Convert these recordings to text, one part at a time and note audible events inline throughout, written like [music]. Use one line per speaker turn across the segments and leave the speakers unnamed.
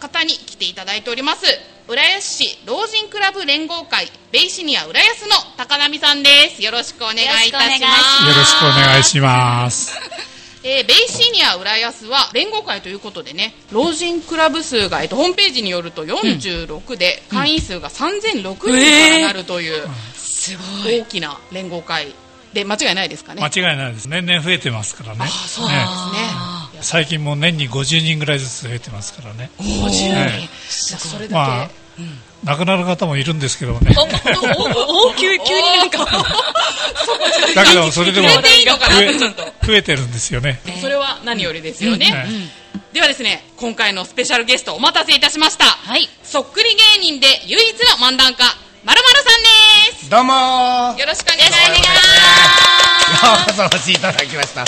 方に来ていただいております浦安市老人クラブ連合会ベイシニア浦安の高波さんですよろしくお願いいたします
よろしくお願いします。
えーベイシニア浦安は連合会ということでね老人クラブ数が、えっと、ホームページによると46で会員数が3006人からなるという、
すごい。
大きな連合会で間違いないですかね
間違いないです。年々増えてますからね。
あーそうなんですね
あ
いや
最近もう年に50人ぐらいずつ増えてますからね。
50人、
ええ
それだけ、
まあ、亡くなる方もいるんですけどね。
お、お、お、お、急、急になんか。
だけど、それでも
触れていいのかな
増え増えてるんですよね。
それは何よりですよね、
うんうん
ではですね今回のスペシャルゲストお待たせいたしました、
はい
そっくり芸人で唯一の漫談家まるまるさんです
どうもーよ
よろしくお願いします
うこそお越しいただきました。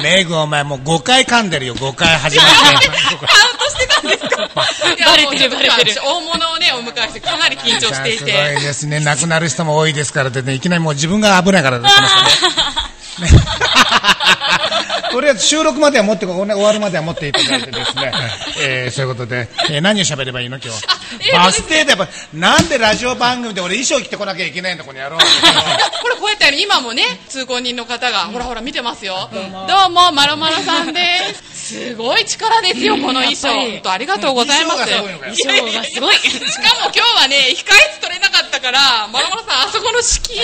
メグお前もう5回噛んでるよ、5回始まって。
いや
バレてる
もうちょっと
バレてる
私大物をねお迎えしてかなり緊張してい
す
て
ごいですね。亡くなる人も多いですからでね、いきなりもう自分が危ないから出てますから [laughs] ね。とりあえず収録までは持ってこ、ね、終わるまでは持っていただいてですね、 [laughs] えー、そういうことで、えー、何を喋ればいいの今日
え。ー
[laughs] バス停でやっぱ、なんでラジオ番組で俺衣装着てこなきゃいけないんだ、この野郎。
ほらこうやってあの今もね通行人の方がほらほら見てますよ、どうもまるまるさんですすごい力ですよこの衣装
やっぱり
本当ありがとうございます
衣装がすごいのかよ
衣装がすごい。
しかも今日はね、控え室取れなかったから、まろまろさん、あそこの敷居で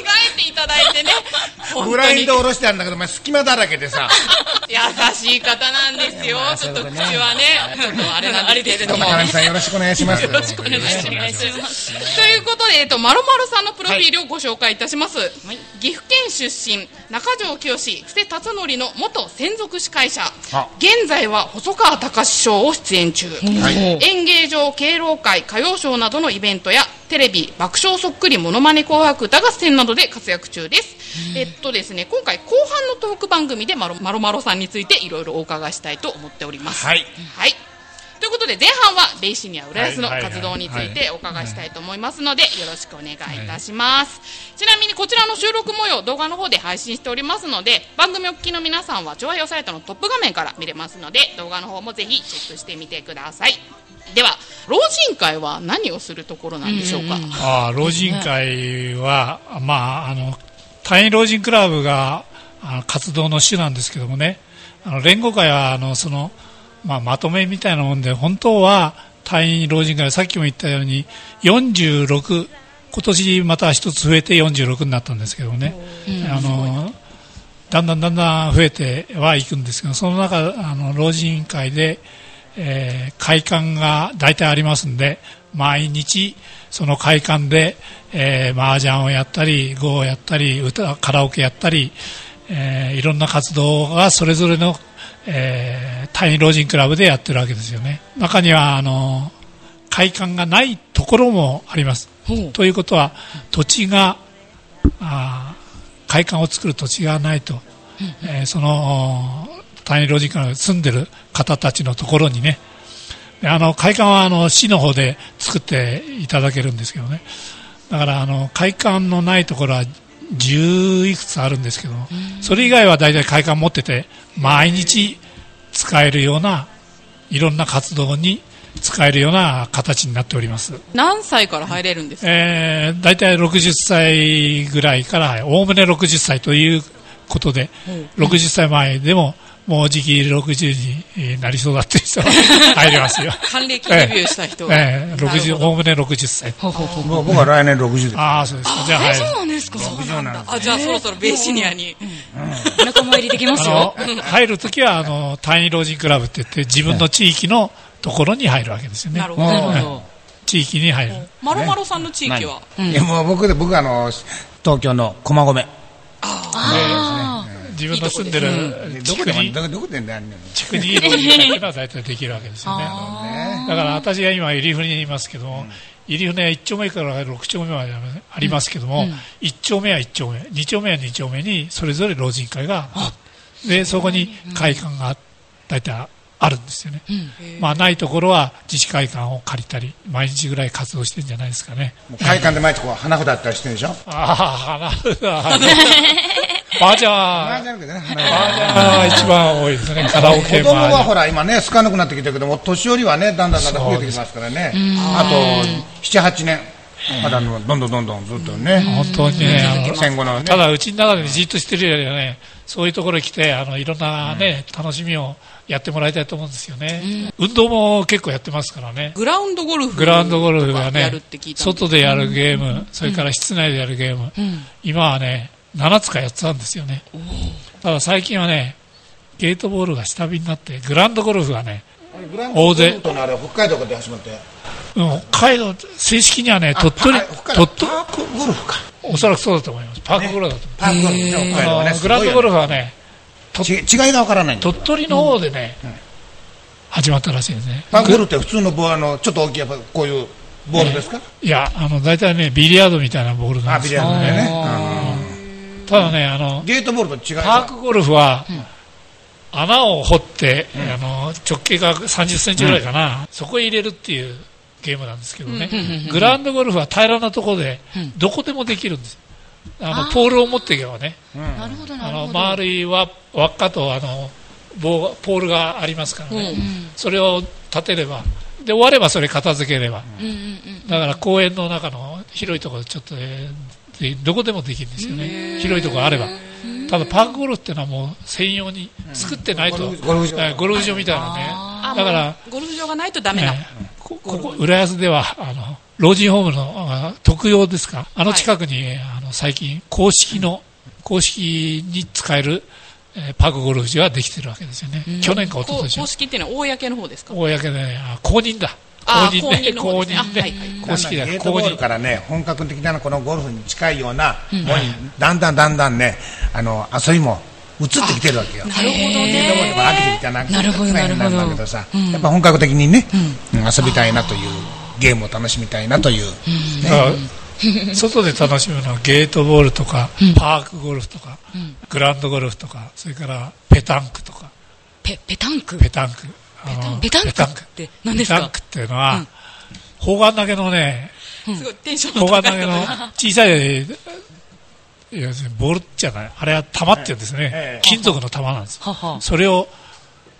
控えていただいて [laughs] ね、本
ブ
当
ラ
に
インド下ろしてあるんだけど、お前隙間だらけで [laughs] さ。
優しい方なんですよ
いやま、あ
ちょっと
そう
口
いうことね
はね、ちょっとあれなんですけれども。
高波さんよろしくお願いします。よろ
しくお願いし
お願いします。
ということで、えっと、まろまろさんのプロフィールをご紹介いたします、岐阜県出身中条清布施辰徳の元専属司会者
あ
現在は細川隆史賞を出演中、
い
演芸場敬老会歌謡賞などのイベントやテレビ爆笑そっくりものまね紅白歌合戦などで活躍中です、えっとですね今回後半のトーク番組でまろまろまろさんについていろいろお伺いしたいと思っております
はい
はいということで前半はベイシニア浦安の
はいはいはい
活動についてお伺いしたいと思いますのでよろしくお願いいたします、ちなみにこちらの収録模様動画の方で配信しておりますので番組お聞きの皆さんは調和用サイトのトップ画面から見れますので動画の方もぜひチェックしてみてくださいでは老人会は何をするところなんでしょうか、
ああ老人会は、まあ、あの単位老人クラブがあの活動の主なんですけどもねあの連合会はあのその、まあ、まとめみたいなもんで本当は単位老人会はさっきも言ったように46今年また一つ増えて46になったんですけどもね、あのだんだんだんだん増えてはいくんですけどその中あの老人会で、えー会館が大体ありますんで毎日その会館で、えー、麻雀をやったり碁をやったり歌カラオケやったり、えーいろんな活動がそれぞれの、えー、単位老人クラブでやってるわけですよね中にはあの会館がないところもありますということは土地があー会館を作る土地がないと、えーその単位老人館に住んでる方たちのところにねであの会館はあの市の方で作っていただけるんですけどねだからあの会館のないところは10いくつあるんですけどもそれ以外は大体会館持ってて毎日使えるようないろんな活動に使えるような形になっております。
何歳から入れるん [laughs] ですか、
えー、大体60歳ぐらいから、おおむね60歳ということで、60歳前でも、もうじき60になりそうだっていう人が入りますよ。
還暦デビューした人
えー、60
なるほど
おおむね60歳。
もう僕は来年60です。
ああ、そうですか。じゃあ、はい。
そうなんですか。
そうなんです。
あじゃあそろそろベイシニアに、
仲間入りできます
あ
よ。
の、入るときは、あの、単位老人クラブって言って、自分の地域のところに入るわけですよね
な。るほど、
うん
はい地域に入る。
まろまろさんの地域は、
いやもう僕で僕あの東京の駒込。
自分の住んでる
ど
地
こ
区
でも
に、
どこどこでねあんねん
地区にいる老人会っていうのは大体できるわけですよね。
ね。
だから私が今、入船にいますけども、入船は1丁目から6丁目までありますけども、1丁目は1丁目、2丁目は2丁目にそれぞれ老人会があってで、そこに会館が大体あるんですよね。まあ、ないところは自治会館を借りたり、毎日ぐらい活動してるんじゃないですかね。
もう会館で毎日こう花札あったりしてるでしょ。
ああ、花札。バージャー
麻。雀だけどね
バージャーが一番多いですね。カラオケ
子供
バージ
は
ャー。
ほら今ね少なくなってきたけども年寄りはねだんだんだんだん増えてきますからねあと78年まだのどんどんどんどんずっとね
本当にね、あの
戦後のね
ただうちの中でじっとしてるよりはね、そういうところに来て、あのいろんなね、楽しみをやってもらいたいと思うんですよね。運動も結構やってますからね。
グラウンドゴルフ
グラウンドゴルフが
とかや
ね
るって聞い、たんで
外でやるゲーム、それから室内でやるゲーム、今はね、7つか8つあるんですよね。ただ最近はね、ゲートボールが下火になって、グラウンドゴルフがね、大勢
とのあれ北海道で始まって
うん北海道、正式にはね、鳥取
あ、北海道
鳥取、
パークゴルフか
おそらくそうだと思います。パークゴルフだと思います
パークゴルフね北海道は
あ
ね
の
す
グ
ごい
ラウ
よ
ンド
ね
ゴルフはね、
ち違いがわからないんだよ
鳥取の方でね、始まったらしいですね。
パークゴルフって普通のボールのちょっと大きいやっぱこういうボールですか
いや、あの、大体ね、ビリヤードみたいなボールな
あ
んで
ビ
す
リ
け
ヤ
ど
ードで
ね。
ね
ただね、あの
うん、ゲートボールと違い
パー
が
クゴルフは、穴を掘って、あの、直径が30センチぐらいかな、そこへ入れるっていうゲームなんですけどね、グラウンドゴルフは平らなところで、どこでもできるんです。あの、ポールを持っていけばね、
なるほど、な
あ
る
の
ほど。
丸い輪輪っかとあの棒がポールがありますからね、それを立てればで終わればそれ片付ければ、
うんうんうん。
だから公園の中の広いところちょっと、えーでどこでもできるんですよね広いところあればただパークゴルフっていうのはもう専用に作ってないと、
ゴルフゴルフ場
えーゴルフ場みたいなね
あ
だから、
もうゴルフ場がないとダメ
え
な、
ーこここ浦安ではあの老人ホームのあ特用ですかあの近くに、あの最近公式の公式に使える、えーパークゴルフ場ができてるわけですよね、去年か一昨
こう
年
公式っていうのは公の方ですか
公で、ね、あ公認だ
あ
公認
公
で
認の
公
方ですね
認で
あはいはい
公式だ
ゲート
公
ボール
認
からね本格的なこのゴルフに近いようなものにだんだんだんだんねあの遊びも移ってきてるわけよ。
なるほど
ゲートボール
ね。
も飽きてきたな
なるほど
臭いにん
なる
だ
ほ
け
ど
どさ、やっぱ本格的にね、うん遊びたいなというゲームを楽しみたいなという、
だから外で楽しむのはゲートボールとか、パークゴルフとか、グラウンドゴルフとかそれからペタンクとか
ペ、ペタンク
ペタンクあの
ペタンクって何です
ペタン
か
クっていうのは、砲丸投げのね
すごいテンション
砲
の
丸
高
投
い
げ
と
の
こ
小さい、いやボールじゃない、あれは球って言うんですね、
ええ
金属の球なんです、
はは
それを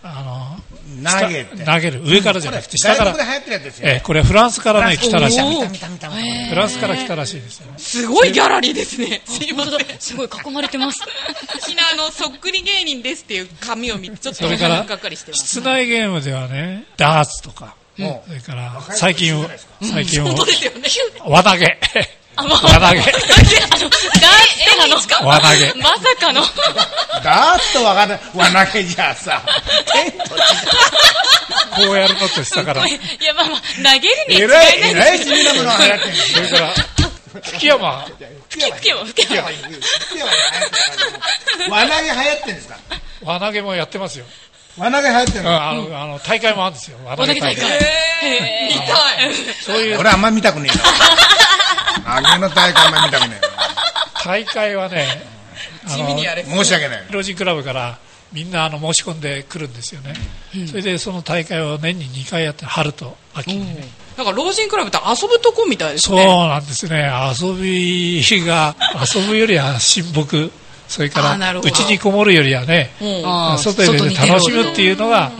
あの
投げて
下投げる、上からじゃなくて、下か
外
ら
国で、流行ってるやつですよ、
ええこれはフランスから、ね、来たらしい、
おー
見た見た見た
フランスから来たらしいですよ、
すごいギャラリーですねすいません
すごい囲まれて [laughs] ます。
ひなのそっくり芸人ですっていう紙を見てちょっと
それから
がっかりしてます
室内ゲームではね、ダーツとか、
も
それから
若い人
最近
一
は
緒じゃないですか、
最近は
本当ですよね
輪投げ、
[laughs]
輪投げ、
あの、ダーツとかの
輪投げ。
まさかの。
うダーッとわかる輪投げじゃさ
こうやるのって下から
い。や、まあまあ、投げるに
え
違い
ら
ない
いえらい地味なものが流行ってる
それから、吹山、
吹け吹けば吹けば。
輪 [laughs] 投げ流行ってるんですか
輪投げもやってますよ。
輪投げ流行ってる
うん
の
あの、あの、大会もあるんですよ。輪投
お投げ大会。
えー痛い
そういう
[laughs] 俺あんま見たくねえ [laughs] な揚げの大会あんま見たくね
大会はね、あ
地味にやれ
[laughs] えな申し訳ない
老人クラブからみんなあの申し込んでくるんですよね。それでその大会を年に2回やって、春と秋にね。
なんか老人クラブって遊ぶとこみたいです
そう
ね
なんですね。遊びが、遊ぶよりは親睦。それ
あー
か
な
ら、
る
う
ほど
ちにこもるよりはね、
うん
あー
外で
外に出ろ
楽しむっていうのが、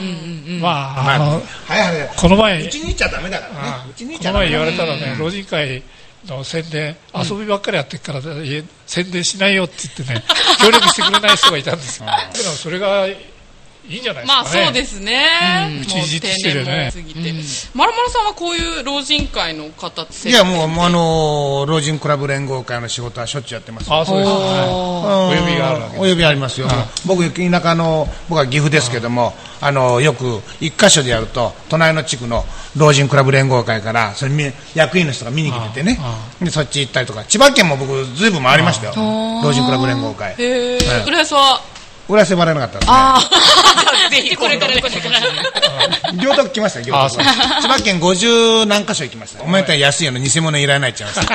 まあ、あの、
はいはいはいう
この前、
ちに行っちゃダメだからねうちに行っ
こ
ちゃ
の
ダ
前
メ
言わ
だ
れたらね、老人会の宣伝、遊びばっかりやってっから、いえ宣伝しないよって
[laughs]
言ってね、協力してくれない人がいたんですよ。でもそれがいいんじゃないですかね。
まあそうですね。もう
うちにじっとしてるよね
定年も過ぎて。まるまるさんはこういう老人会の方って。
いやもうもうあのー老人クラブ連合会の仕事はしょっちゅうやってます
あそうです、はいお呼びがあるわけ
お呼びありますよ、僕、田舎の、僕は岐阜ですけども、あのよく一箇所でやると、隣の地区の老人クラブ連合会から、それ見役員の人が見に来ててね、でそっち行ったりとか、千葉県も僕、ずいぶん回りましたよ、老人クラブ連合会、
へえ
は。い
浦安は。
浦安呼ばれなかったですね
ああ。ぜひこ
こ
れ
れ
か
からら
こ
こ
れ
れ
から。
両徳来ました、両
あ
徳
そう
千葉県50何箇所行き
[laughs]
ました、お前やったら安いよの偽物いらないっちゃいました、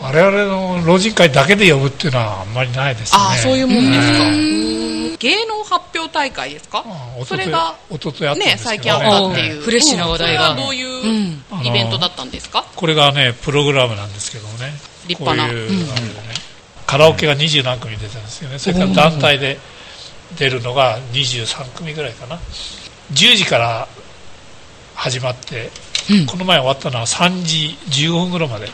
我々の老人会だけで呼ぶっていうのはあんまりないですね。
ああそういうもんですか。芸能発表大会ですか
うん。
それが。
一昨日あったんですけどね
ね最近あったっていう。
フレッシュな話題が
それはどういううイベントだったんですか。
これがね、プログラムなんですけどもね。
立派な
こういう、あれでねカラオケが20何組出たんですよねそれから団体で出るのが23組ぐらいかな10時から始まって、この前終わったのは3時15分ぐらいまで、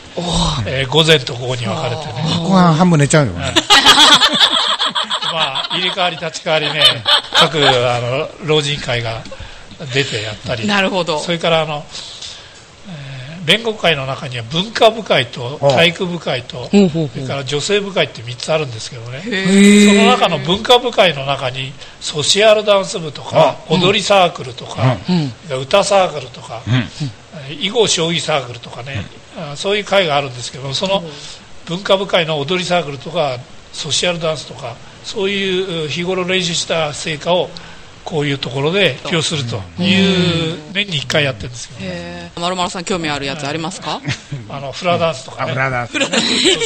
えー午前と午後に分かれてね
ここは半分寝ちゃうよ、
まあ、入れ替わり立ち替わりね、 [laughs] 各あの老人会が出てやったり、
なるほど
それからあの、えー連合会の中には文化部会と体育部会と、
ほうほうほう
それから女性部会って3つあるんですけどね、
へ
そ
え
の中の文化部会の中に、ソシアルダンス部とか、踊りサークルとか、それから歌サークルとか、えー囲碁将棋サークルとかね、あーそういう会があるんですけどその文化部会の踊りサークルとかソシャルダンスとかそういうう日頃練習した成果をこういうところで発表するという年に1回やってるんですけど、
えー、まるまるさん興味あるやつありますか
あのフラダンスとか
あ
ね
フラダンス
ソシ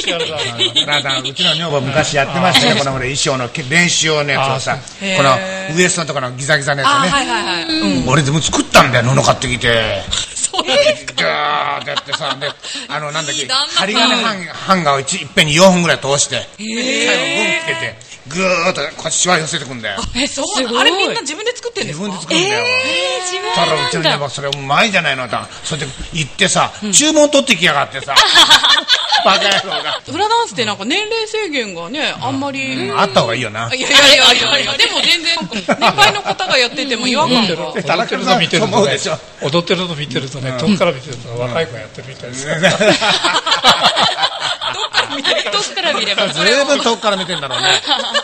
ャルダンスとか
フラダンスうちの女房昔やって
[laughs]
ましたねこの俺衣装の練習をねやつをさ
あ
このウエストのところのギザギザのやつ
あ
ね、
ーはいはいはい、うん、
俺でも作ったんだよ布買ってきて
そうです
じゃあだって
[laughs]
さであのなんだっ
い
け
い旦那さん
針金ハンハンガーをいちいっぺんに4本ぐらい通して最後分つけてぐーっとこうしわ寄せてくんだよ
えそう
すごい
あれみんな自分で作ってるんで
自
すか
分で作るんだよ、
自
たらうち
分
の女
なんだ。
房それうまいじゃないのだそれで行ってさ、注文取ってきやが
[laughs]
ってさバカ野郎が
フラダンスってなんか年齢制限がね、あんまり、いやい
あった方がいいよない
やいやいやいやでも全然年配の方がやってても違和感が
田
踊って
中
る
さ
の
ん
見てると
そう思う
ね
でしょ
踊ってるの見てるとね遠くから見てると若い子がやってるみたいですね、
どっから見てる
どっから見れば
ずいぶん遠くから見てんだろうね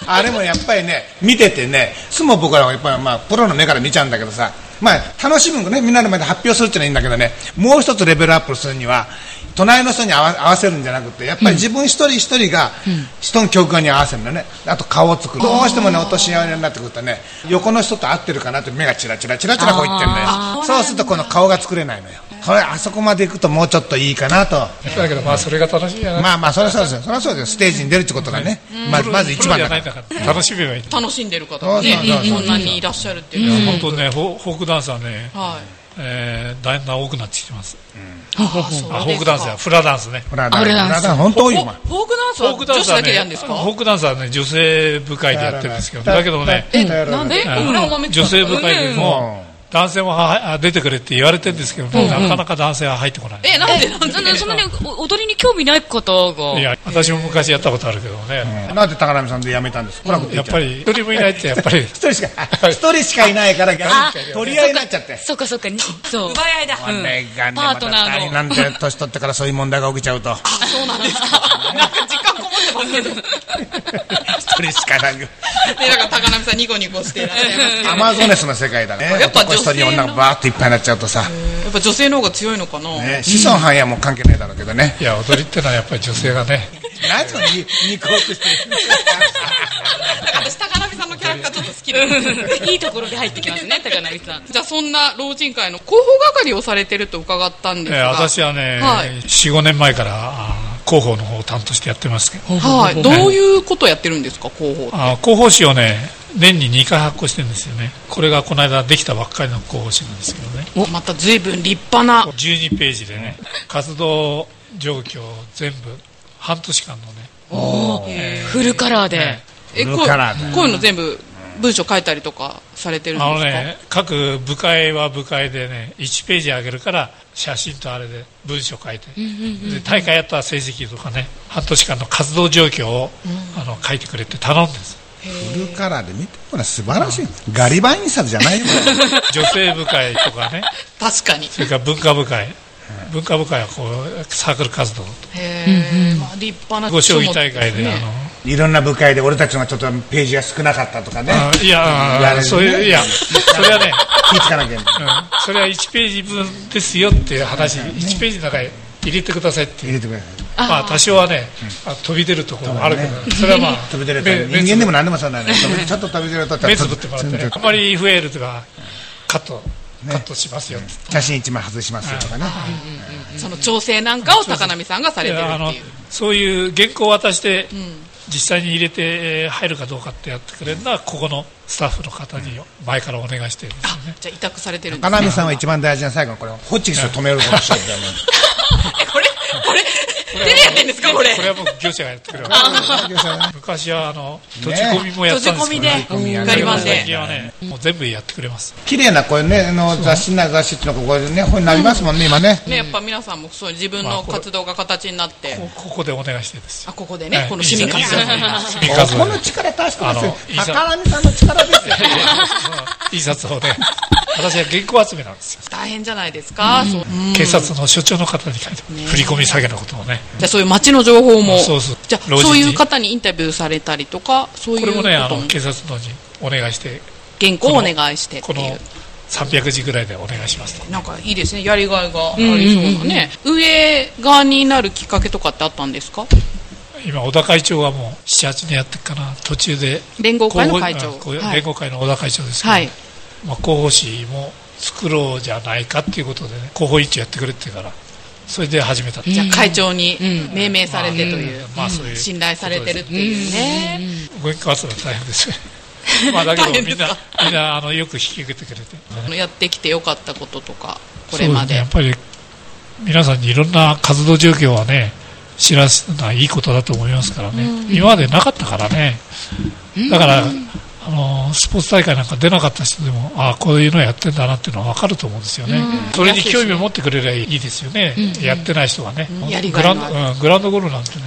あれもやっぱりね見ててねいつも僕らはやっぱり、まあ、プロの目から見ちゃうんだけどさ、まあ、楽しむのねみんなの前で発表するってのはいいんだけどねもう一つレベルアップするには隣の人に合わ合わせるんじゃなくてやっぱり自分一人一人が人の曲に合わせるのねあと顔を作るどうしてもねお年寄りになってくるとね横の人と合ってるかなって目がチラチラチラチラこう言ってるのよそうするとこの顔が作れないのよこれあそこまで行くともうちょっといいかなと
[laughs] だけどまあそれが楽しいじゃない、
まあまあそりゃそうですよそりゃそうですよステージに出るってことがねまずまず一番
プ
だか
ロ
ら
じゃないんだから楽しめばいい
楽しんでる方がね
そうそうそうそう
こんなにいらっしゃるって
い
いう
や
のは、
本当ね、フォフォークダンスはね、
はい
えーだんだん多くなってきてます。
あそうです
あ
か
フォークダンスやフラダンスね。
ほらだ
あれなんです
だから本当多いよお
フォ
前
フォークダンス
フ
は
ォークダ
女
ン
子
スは
だけ
ね、
でやるんです
フ
か
ォークダンスはね、女性部会でやってるんですけど、だけどね、
え
なんで
あの
僕らもめっちゃ
女性部会でも男性もはあ出てくれって言われてるんですけど、なかなか男性は入ってこない。
えなんでなんで
なんでそんなにお踊りに興味ない方が。
いや、私も昔やったことあるけどね、
なんで高波さんで辞めたんですかほら
やっぱり一人もいないって、やっぱり。
一人しか一人しかいないから逆に取り合いになっちゃって
そっかそっか。そう。
奪い合いだ
これがね
パートナーの
また大変なんで年取ってからそういう問題が起きちゃうと
そうなんですかなんか時間こもってますけど
一人しかなく
でなんか高波さんニコニコしていらっしゃいますけど
アマゾネスの世界だね
やっぱ
男一人女がバーっていっぱいになっちゃうとさ
やっぱ女性の方が強いのかな、
ね子孫繁栄はもう関係ないだろうけどね
いや、踊りってのはやっぱり女性がね、
何をニコってしてる
なんか私高波さんのキャラクターちょっと好き
[laughs]
で
いいところで入ってきますね、高成さん。
じゃあそんな老人会の広報係をされてると伺ったんです
え
が、
ー私はね、
はい
4、5年前からあー広報の方を担当してやってますけど、
はい、どういうことをやってるんですか広報
あ広報誌をね年に2回発行してるんですよねこれがこの間できたばっかりの広報誌なんですけどね
また随分立派な
12ページでね活動状況を全部半年間のね
フルカラーで。
え
[laughs]
こう
ブルーカラーだ
こういうの全部文章書いたりとかされてるんです
あ
か
のね各部会は部会でね1ページあげるから写真とあれで文章書いてで大会やった成績とかね半年間の活動状況をあの書いてくれって頼んです
フルカラーで見てほら素晴らしいガリバン印刷じゃないよこれ
女性部会とかね
確かに
それから文化部会文化部会はこうサークル活動
へーまあ立派な
ご将棋大会で、
ね
あの
[laughs] いろんな部会で俺たちのちょっとページが少なかったとかね。
あい
やれ
や、
る
そういう、いや、それはね、
気ぃつかなきゃい
うん
けない。
それは1ページ分ですよっていう話、1ページの中に入れてくださいっていう、
入れてくれ。
まあ、多少はね、あ飛び出るところもあるけど、それはまあ、
[laughs] 飛び出ると
目
人間でも何でもそうだよね。ちょっと飛び出ると、ちょ
目
っ
つ
と
ぶってもらってね、あんまり増えるとか、カット、
ね
カットしますよって。
写真一枚外しますよとかね。
その調整なんかを高波さんがされてる
いやあ
っ
の
ていう
そういう原稿を渡して、実際に入れてえー入るかどうかってやってくれるのはここのスタッフの方に前からお願いしてるんですよね
じゃあ委託されてるんです
金見さんは一番大事な最後のこれ、ホッチキスを止めることしちゃうんだよね。
え、これ、これ、手でやってんですか、これ。
これは僕業者がやってくれる
業者がね
昔はあの閉じ込みもやったんですけ
閉
ど、
じ
込みで
うん
ガリバンで
最近はねもう全部やってくれます
綺麗なこれねあの雑誌な雑誌っていうのがこれね本になりますもんね今ね
ね、やっぱ皆さんもそう自分の活動が形になって、
こここでお願いしてですよ
あここでね、
はい
この市民活動
いい
[laughs]
ですね市民活動
こ
[laughs]
の力確かですよ
あの
高波さんの力ですよ
印刷をね私は原稿集めなんですよ
大変じゃないですか、そううん
警察の所長の方に書いても
ね
振り込み詐欺のことをね
じゃあそういう街の情報も、
そうそう
じゃあ
老人に
そういう方にインタビューされたりとか、そういう
これ
こ
も
と
ねあ
も
の警察のにお願いして
原稿をお願いしてって
この
いう。
300字ぐらいでお願いしますと
なんかいいですね、やりがいがありそうなね、上側になるきっかけとかってあったんですか
今小田会長はもう78年やってるかな途中で
連合会の会長
候補あこう
はい
連合会の小田会長ですけど、
はい
まあ、候補誌も作ろうじゃないかっていうことでね候補一致やってくれって言うからそれで始めたっていう
じゃあ会長に命名されてという
まあうんまあそういう
信頼されてるっていうね、
ご縁活動は大変で
[laughs]
すねまあだけど
大変で
み
すか
んなみんなあのよく引き受けてくれて
あのやってきてよかったこととかこれま
そうすね
で
やっぱり皆さんにいろんな活動状況はね知らすのはいいことだと思いますからね、今までなかったからねだから、あのスポーツ大会なんか出なかった人でもああこういうのやってんだなっていうのは分かると思うんですよね、それに興味を持ってくれればいいですよね、やってない人はね、
んやりが
グ
いがあ
ラ
る
ンドうんグラウンドゴルフなんてね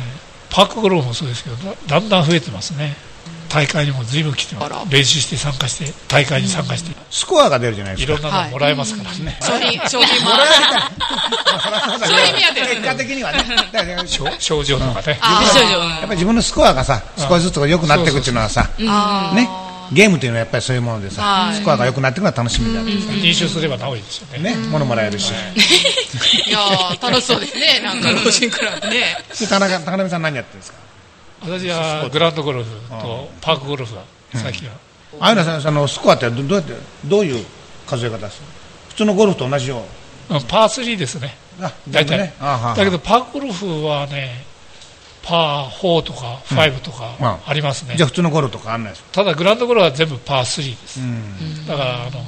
パークゴルフもそうですけどだだんだん増えてますね大会にも随分来てま
あら
す練習して参加して大会に参加して、
スコアが出るじゃないで
い
すか
ろんなのもらえますからね、
商品商品も
そう
いう意味は出る
結果的にはねだから
しょ症状とかね、
あ
美少
やっぱ
女。
り自分のスコアがさ少しずつ良くなっていくっていうのはさ
あー
ねゲームというのはやっぱりそういうものでさ
はい
スコアが良くなっていくのは楽しみだね
認証すればなおいいですよね。
ね物もらえるし
いやー楽しそうです
[laughs]
ねなんか老人クラブね
で田中高波さん何やってるんですか
私はグランドゴルフとパークゴルフが最近は。
あゆなさんそのスコアってどどうやってどういう数え方でする普通のゴルフと同じよう
うんパー3ですね、
あ
大体。
あはは
だけどパークゴルフはね、パー4とか5と
うん
か
あ
ありますね
じゃ。あ普通のゴルフとかあんないです
ただグランドゴルフは全部パー3です。だからあの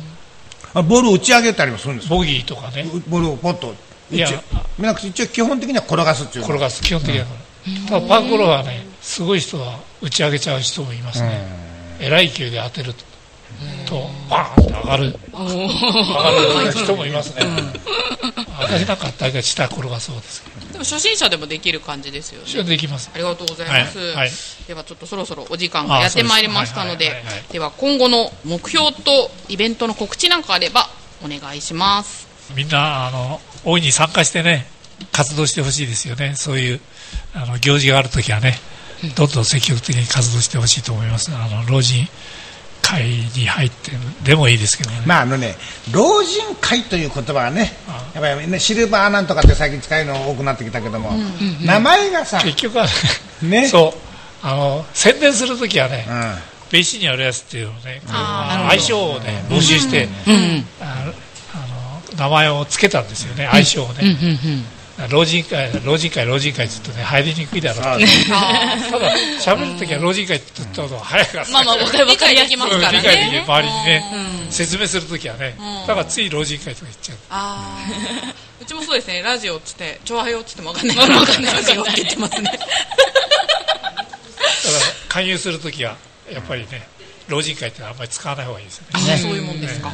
あボールを打ち上げたりもするんですか
ボギーとかね、
うボールをポッと打
い
ち
や
見なくて一応基本的には転がすっていう
転がす、基本的だから。ただパークゴルフはね、すごい人は打ち上げちゃう人もいますね。えらい勢いで当てると。とバーンって上がる
おー
上がる人もいますね、私なんか大概下転がそうですけど
でも初心者でもできる感じですよ
一緒
ね
にできます
ありがとうございます、
はいはい
ではちょっとそろそろお時間がやってまいりましたので
あそうですはいはいはいはい
では今後の目標とイベントの告知なんかあればお願いします
みんなあの大いに参加してね活動してほしいですよねそういうあの行事があるときはねどんどん積極的に活動してほしいと思いますあの老人会に入ってでもいいですけどね
まああのね老人会という言葉はねやっぱりねシルバーなんとかって最近使うの多くなってきたけども名前がさ
結局はね
ね
そうあの宣伝するときはね、
うん
ベーシにあるやつっていうのをね、あの相性をね、募集して、あのあの名前をつけたんですよね、相性をね。老人会、老人会、老人会って言うとね、入りにくいだろうって。 [laughs] ただ、喋るときは老人会って言った方が早いから、
まあまあ、わかりわかりやすい
まあ
うん
わ
理
かり
解
やすいからね
できる周りにね、説明するときはね、だからつい老人会とか言っちゃう。
あーうちもそうですねラジオっつ
[laughs]
って「調和表」っつっても分かんないから分かんないラジオって言ってますね
ただ、勧誘するときは、やっぱりね、老人会ってのはあんまり使わない方がいいですよね。
あそういうもんですか。は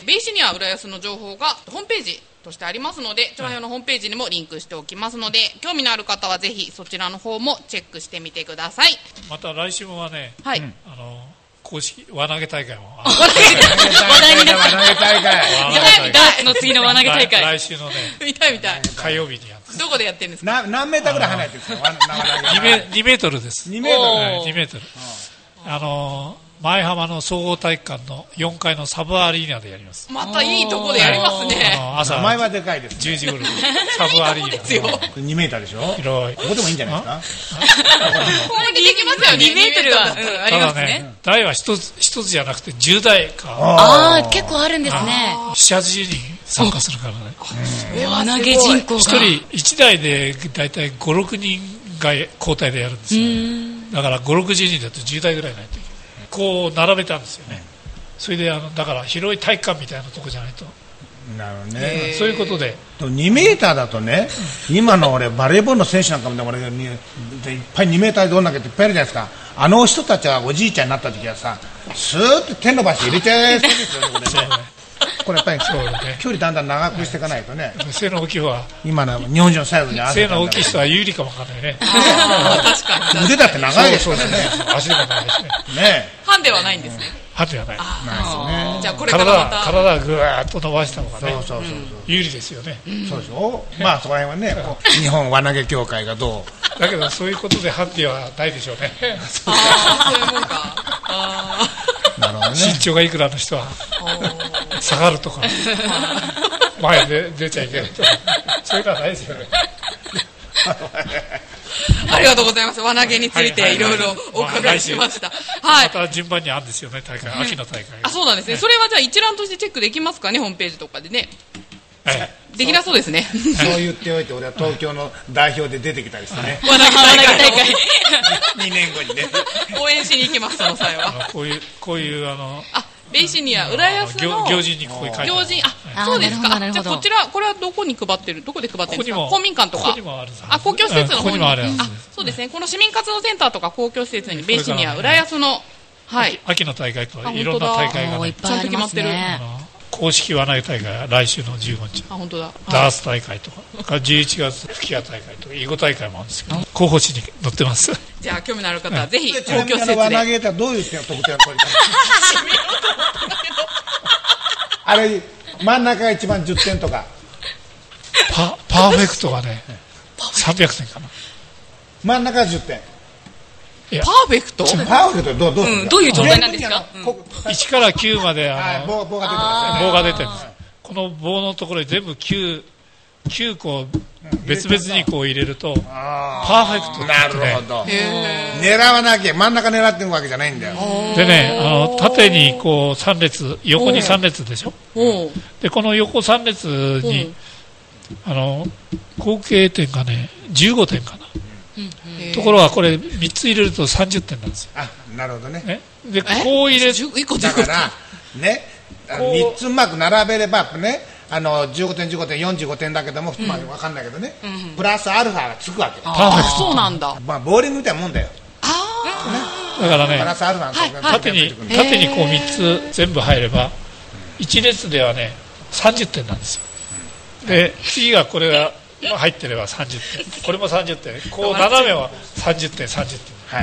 い。ベーシには浦安の情報がホームページとしてありますので、調和表のホームページにもリンクしておきますので、興味のある方はぜひそちらの方もチェックしてみてください。
また来週もはね、
はい。
あの、公式、輪投げ大会も。
話題になった。
名前大会
あの
題になった
ダーツの次の輪投げ大
来
会。
来
[laughs]
週のね、
見たい見たい。
火曜日にやるんです。
どこでやってるんですか。
な何メーターぐらい離れてるんですかわ名前
2メ2メートルです。
2メートル
はい2メートル。あのー、前浜の総合体育館の4階のサブアリーナでやります。
またいいとこでやります
あ
ね。
のー朝
名前はでかいです
10時頃、サブアリ
そうです
ー
よ。
ナ。
こ
2メーターでしょこ
広い。
こでもいいんじゃないですか
れでできますよね。
2メートルは、
2
うんあ
た
りま
だ
すね。
ね、台は一つ、一つじゃなくて10台か、
あ
ー結構あるんですね。
7、80人参加するからね。
輪投げ人口が。
一人一台で大体56人が交代でやるんですよ、だから560人だと10台ぐらいないといけないこう並べたんですよねそれであのだから広い体育館みたいなとこじゃないと
なるほどね。
そういうことで、
でも2メーターだとね、今の俺、バレーボールの選手なんかもね、俺、にいっぱい2メーターでどんなけっていっぱいいるじゃないですか。あの人たちはおじいちゃんになった時はさ、スーッと手伸ばして入れちゃいそうですよね、これね。これやっぱり、
うだね
距離だんだん長くしていかないとね、
背の大きい方は、
今の日本人のサイズに合わせて
背の大きい人は有利かもわかんないね。
確かに
腕だって長いです
そ
か
う
ら
そう
ね。
そう。足でもないしね。
ね
ハンデはないんですね
歯ではない。
じゃあこれか
体
らま
は、
た
体はぐわーっと伸ばした方が
そう
ね、
そうそうそう。
有利ですよね。
そうでしょまあそこら辺はね、こう日本輪投げ協会がど
だけど、そういうことでハンディはないでしょうね。
ああそういうもんかあ
う、なるほどね。
身長がいくらの人は、下がるとか、前で出ちゃいけないとか、そういうのはないですよね。
ー [laughs] ありがとうございます輪投げについていろいろお伺いしましたはい
また順番にあるんですよね、大会、秋の大会
あ。
が
そうなんですねそれはじゃあ一覧としてチェックできますかねホームページとかでね
はい
できなそうですね
そう言っておいて、俺は東京の代表で出てきたりして [laughs] ね、
輪投げ大会
2年後にね。
を応援しに行きますその際
あ
は
のこういう、こういう、あの、
あベイシニア浦安の
行行事にここに書いてあ
行
る。
事あ
あー
そうですか
なる
じ
ほどなるほ
ゃ
ど
あこちらこれはどこに配ってるどこで配ってるんですか
ここにも
公民館と
こ
か
こにもあるはず
あ公共施設の方
うんここに
に
もあ
あ
るはず
そうですねこの市民活動センターとか公共施設にベイシニア
これか
浦
らね
安のはい
秋の大会と
あ
いろんな
[laughs]
大会が
もうい
ね
っ、ぱいあります
あ
ね。
の公式はない大会が来週の15日。
あ本当だ
ダース大会とか、11月吹き矢大会とか、囲碁大会もあるんですけど、候補地に載っ
[laughs]
てます。
じゃあ興味のある方はぜひ
でち
公共
なみに
施
あ
設
の輪投
で
げたらどういう得点を取りたいあれ、真ん中が一番10点とか、
パパーフェクトがね、300点かな。
真ん中が10点。
パーフェクト
パーフェクトどうどうする
うんどういう状態なんですか
全部にあのこ
1から9まで、あ
はい
の、
棒棒が出てます
棒が出てるんです。この棒のところに全部9、9個別々にこう入れると、パーフェクト
よ
になってね
なるほど。狙わなきゃ、真ん中狙ってるわけじゃないんだよ。
でね、あの縦にこう3列、横に3列でしょ、
おう
でこの横3列
う
に
ん、
あの合計点がね、15点かな、
へー
ところがこれ、3つ入れると30点なんですよ、
あ、なるほどね。
ね、で
え
こう入れ
10一個
だ
10個
から、ね、あの
こう
3つうまく並べれば、ね、あの15点、15点、45点だけども、まあ、わかんないけどね、プラスアルファがつくわけだ。
パーフェク
そうなんだ
まあ、ボーリングみたいなもんだよ。
ト、だから
プラ
ね、
スアルファが
縦に縦にこう3つ全部入れば、1列ではね、30点なんですよ、で次がこれがまあ入ってれば30点、これも30点、こう斜めは30点、30点。
は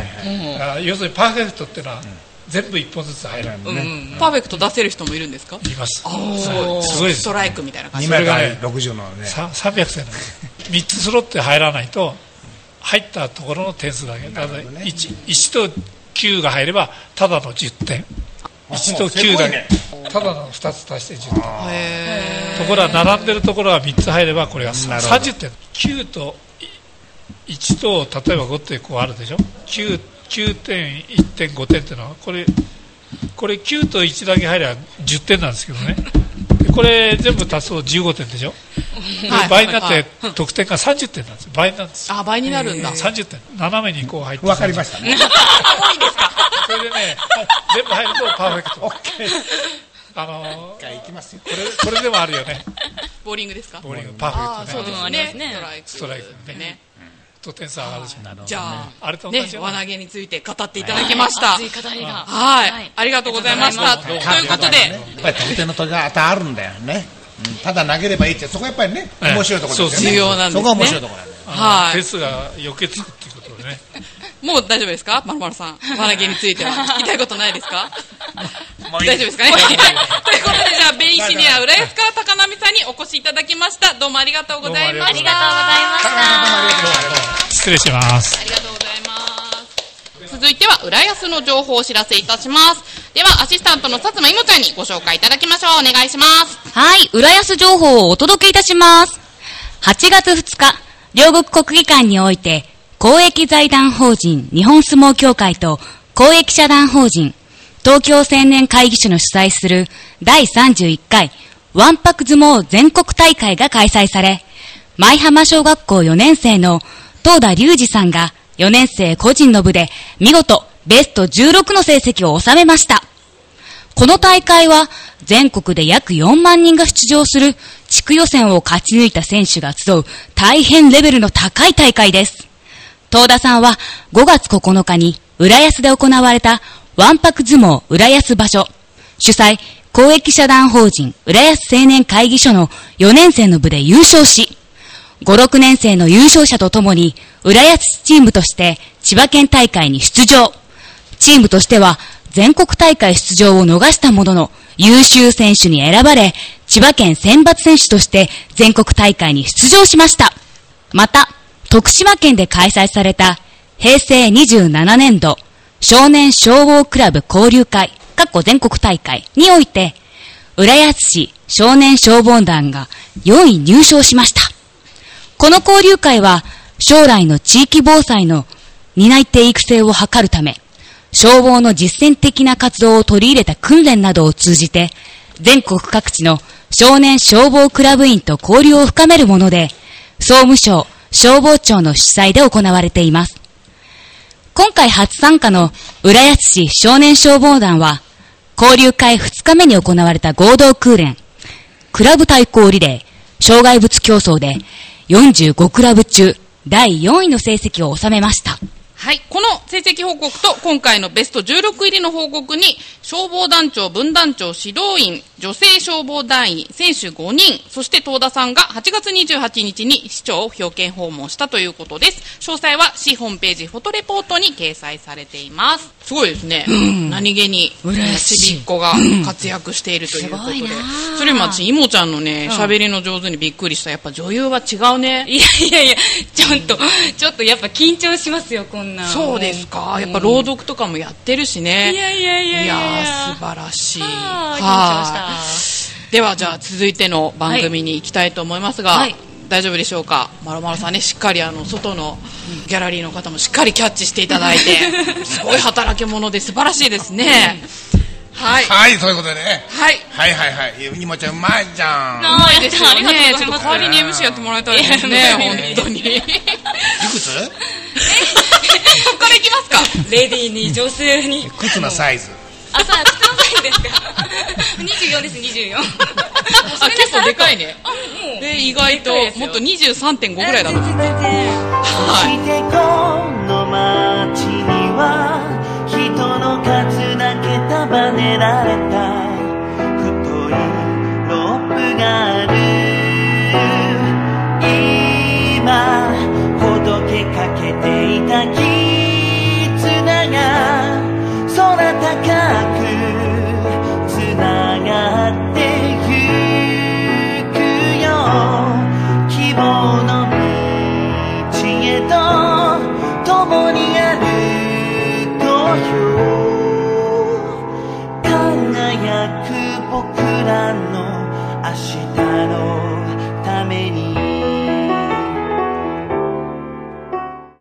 いはい。
あ要するにパーフェクトってのは全部一本ずつ入る、
うんうんパーフェクト出せる人もいるんですか
います
おー
すごいで
ス
す
トライクみたいな感じ
2
それ
枚
が
が
ね
60のね。
さ300点なんです3つ揃って入らないと入ったところの点数だけだから
ほどね
1, 1と9が入ればただの10点1と9だけただの2つ足して10点ところは並んでるところは3つ入ればこれが
なるほど
30点9と1と例えば5ってこうあるでしょ 9, 9点1.5点っていうのはこれこれ9と1だけ入れば10点なんですけどねでこれ全部足すと15点でしょで
はい
倍になっ
はい
て得点が30点なんですよ倍なんですよ
あ倍になるんだ
30点斜めにこう入って
わかりましたね。
それでね全部入るとパーフェクトあのー
一回いきますよ。
これこれでもあるよね
ボーリングですか
ボーリングパーフ
あ
ェ
あ
ク
そ
ト
う
ね
です
ね
ねストライク
ストライクねと点数上がるし
じゃあ
あれと同
ね
じような
輪投げについて語っていただきました
熱い語りが。
はい、ありがとうございました。と
ど
いうう
も
ことで、
やっぱり得点の時があるんだよね。うんただ投げればいいって、そこはやっぱりね、面白いところですよ
重
ね。
要なんですね
そこは面白いところなんだよ。
あの
はい
点数が余計つくっていうことでね
もう大丈夫ですか、まるまるさん、輪投げについ [laughs] ては、聞きたいことないですか。
もういい
大丈夫ですかね。はい [laughs] ということで、じゃあ、ベイシニア浦安から高波さんにお越しいただきました。どうもありがとうございました。
どうも
あ
あり
りがとうございました。
失礼します
ありがとうございます。続いては、浦安の情報をお知らせいたします。では、アシスタントの薩摩いもちゃんにご紹介いただきましょう。お願いします。
はい、浦安情報をお届けいたします。8月2日、両国国技館において、公益財団法人日本相撲協会と公益社団法人東京青年会議所の主催する第31回ワンパク相撲全国大会が開催され、舞浜小学校4年生の東田隆二さんが4年生個人の部で見事ベスト16の成績を収めました。この大会は全国で約4万人が出場する地区予選を勝ち抜いた選手が集う大変レベルの高い大会です。東田さんは5月9日に浦安で行われたワンパク相撲浦安場所主催公益社団法人浦安青年会議所の4年生の部で優勝し、5、6年生の優勝者とともに浦安チームとして千葉県大会に出場。チームとしては全国大会出場を逃したものの優秀選手に選ばれ、千葉県選抜選手として全国大会に出場しました。また、徳島県で開催された平成27年度少年消防クラブ交流会、各個全国大会において、浦安市少年消防団が4位入賞しました。この交流会は、将来の地域防災の担い手育成を図るため、消防の実践的な活動を取り入れた訓練などを通じて、全国各地の少年消防クラブ員と交流を深めるもので、総務省消防庁の主催で行われています。今回初参加の浦安市少年消防団は、交流会2日目に行われた合同訓練、クラブ対抗リレー、障害物競争で、45クラブ中、第4位の成績を収めました。
はい。この成績報告と今回のベスト16入りの報告に、消防団長、分団長、指導員、女性消防団員、選手5人、そして東田さんが8月28日に市長を表敬訪問したということです。詳細は市ホームページフォトレポートに掲載されています。すごいですね。何気に、
嬉しい
ちびっ子が活躍しているということで。
すごいなあ
それ今、私、いもちゃんのね、喋りの上手にびっくりした。やっぱ女優は違うね。
いやいやいや、ちょっと、ちょっとやっぱ緊張しますよ、こんな。
そうですか。やっぱ朗読とかもやってるしね。
いやいやいやいやいや
ー素晴らしい。
はあ緊張
はいでは、じゃあ続いての番組に行きたいと思いますが、
はい
大丈夫でしょうか。まろまろさんね、しっかりあの、外のギャラリーの方もしっかりキャッチしていただ
[laughs]
いて、すごい働き者で素晴らしいですね。はい。
はい、そういうことでね。
はい。
はいはいはい。にもちゃん、うまいじゃん。
うまいですよ
ありがとう
ね。
ご
ち
ざ
ょ
い
っと
ます
代わりに MC やってもらいたいですね、本当に。 [laughs] これい
い
[laughs]
くつ
きますか
レディーに女性に。
靴のサイズ。
あ、さあ、靴のサイズですか。24です、24。
[laughs] あ、結構でかいね。
あ、もう。
で意外と
でかいです
も
よ
っと23.5ぐらいだな
全然全然
はい
してこの街には人の数だけ束ねられた太いロープがある今ほどけかけていた絆が空高くつながってゆくよ希望の道へと共に歩こうよ輝く僕らの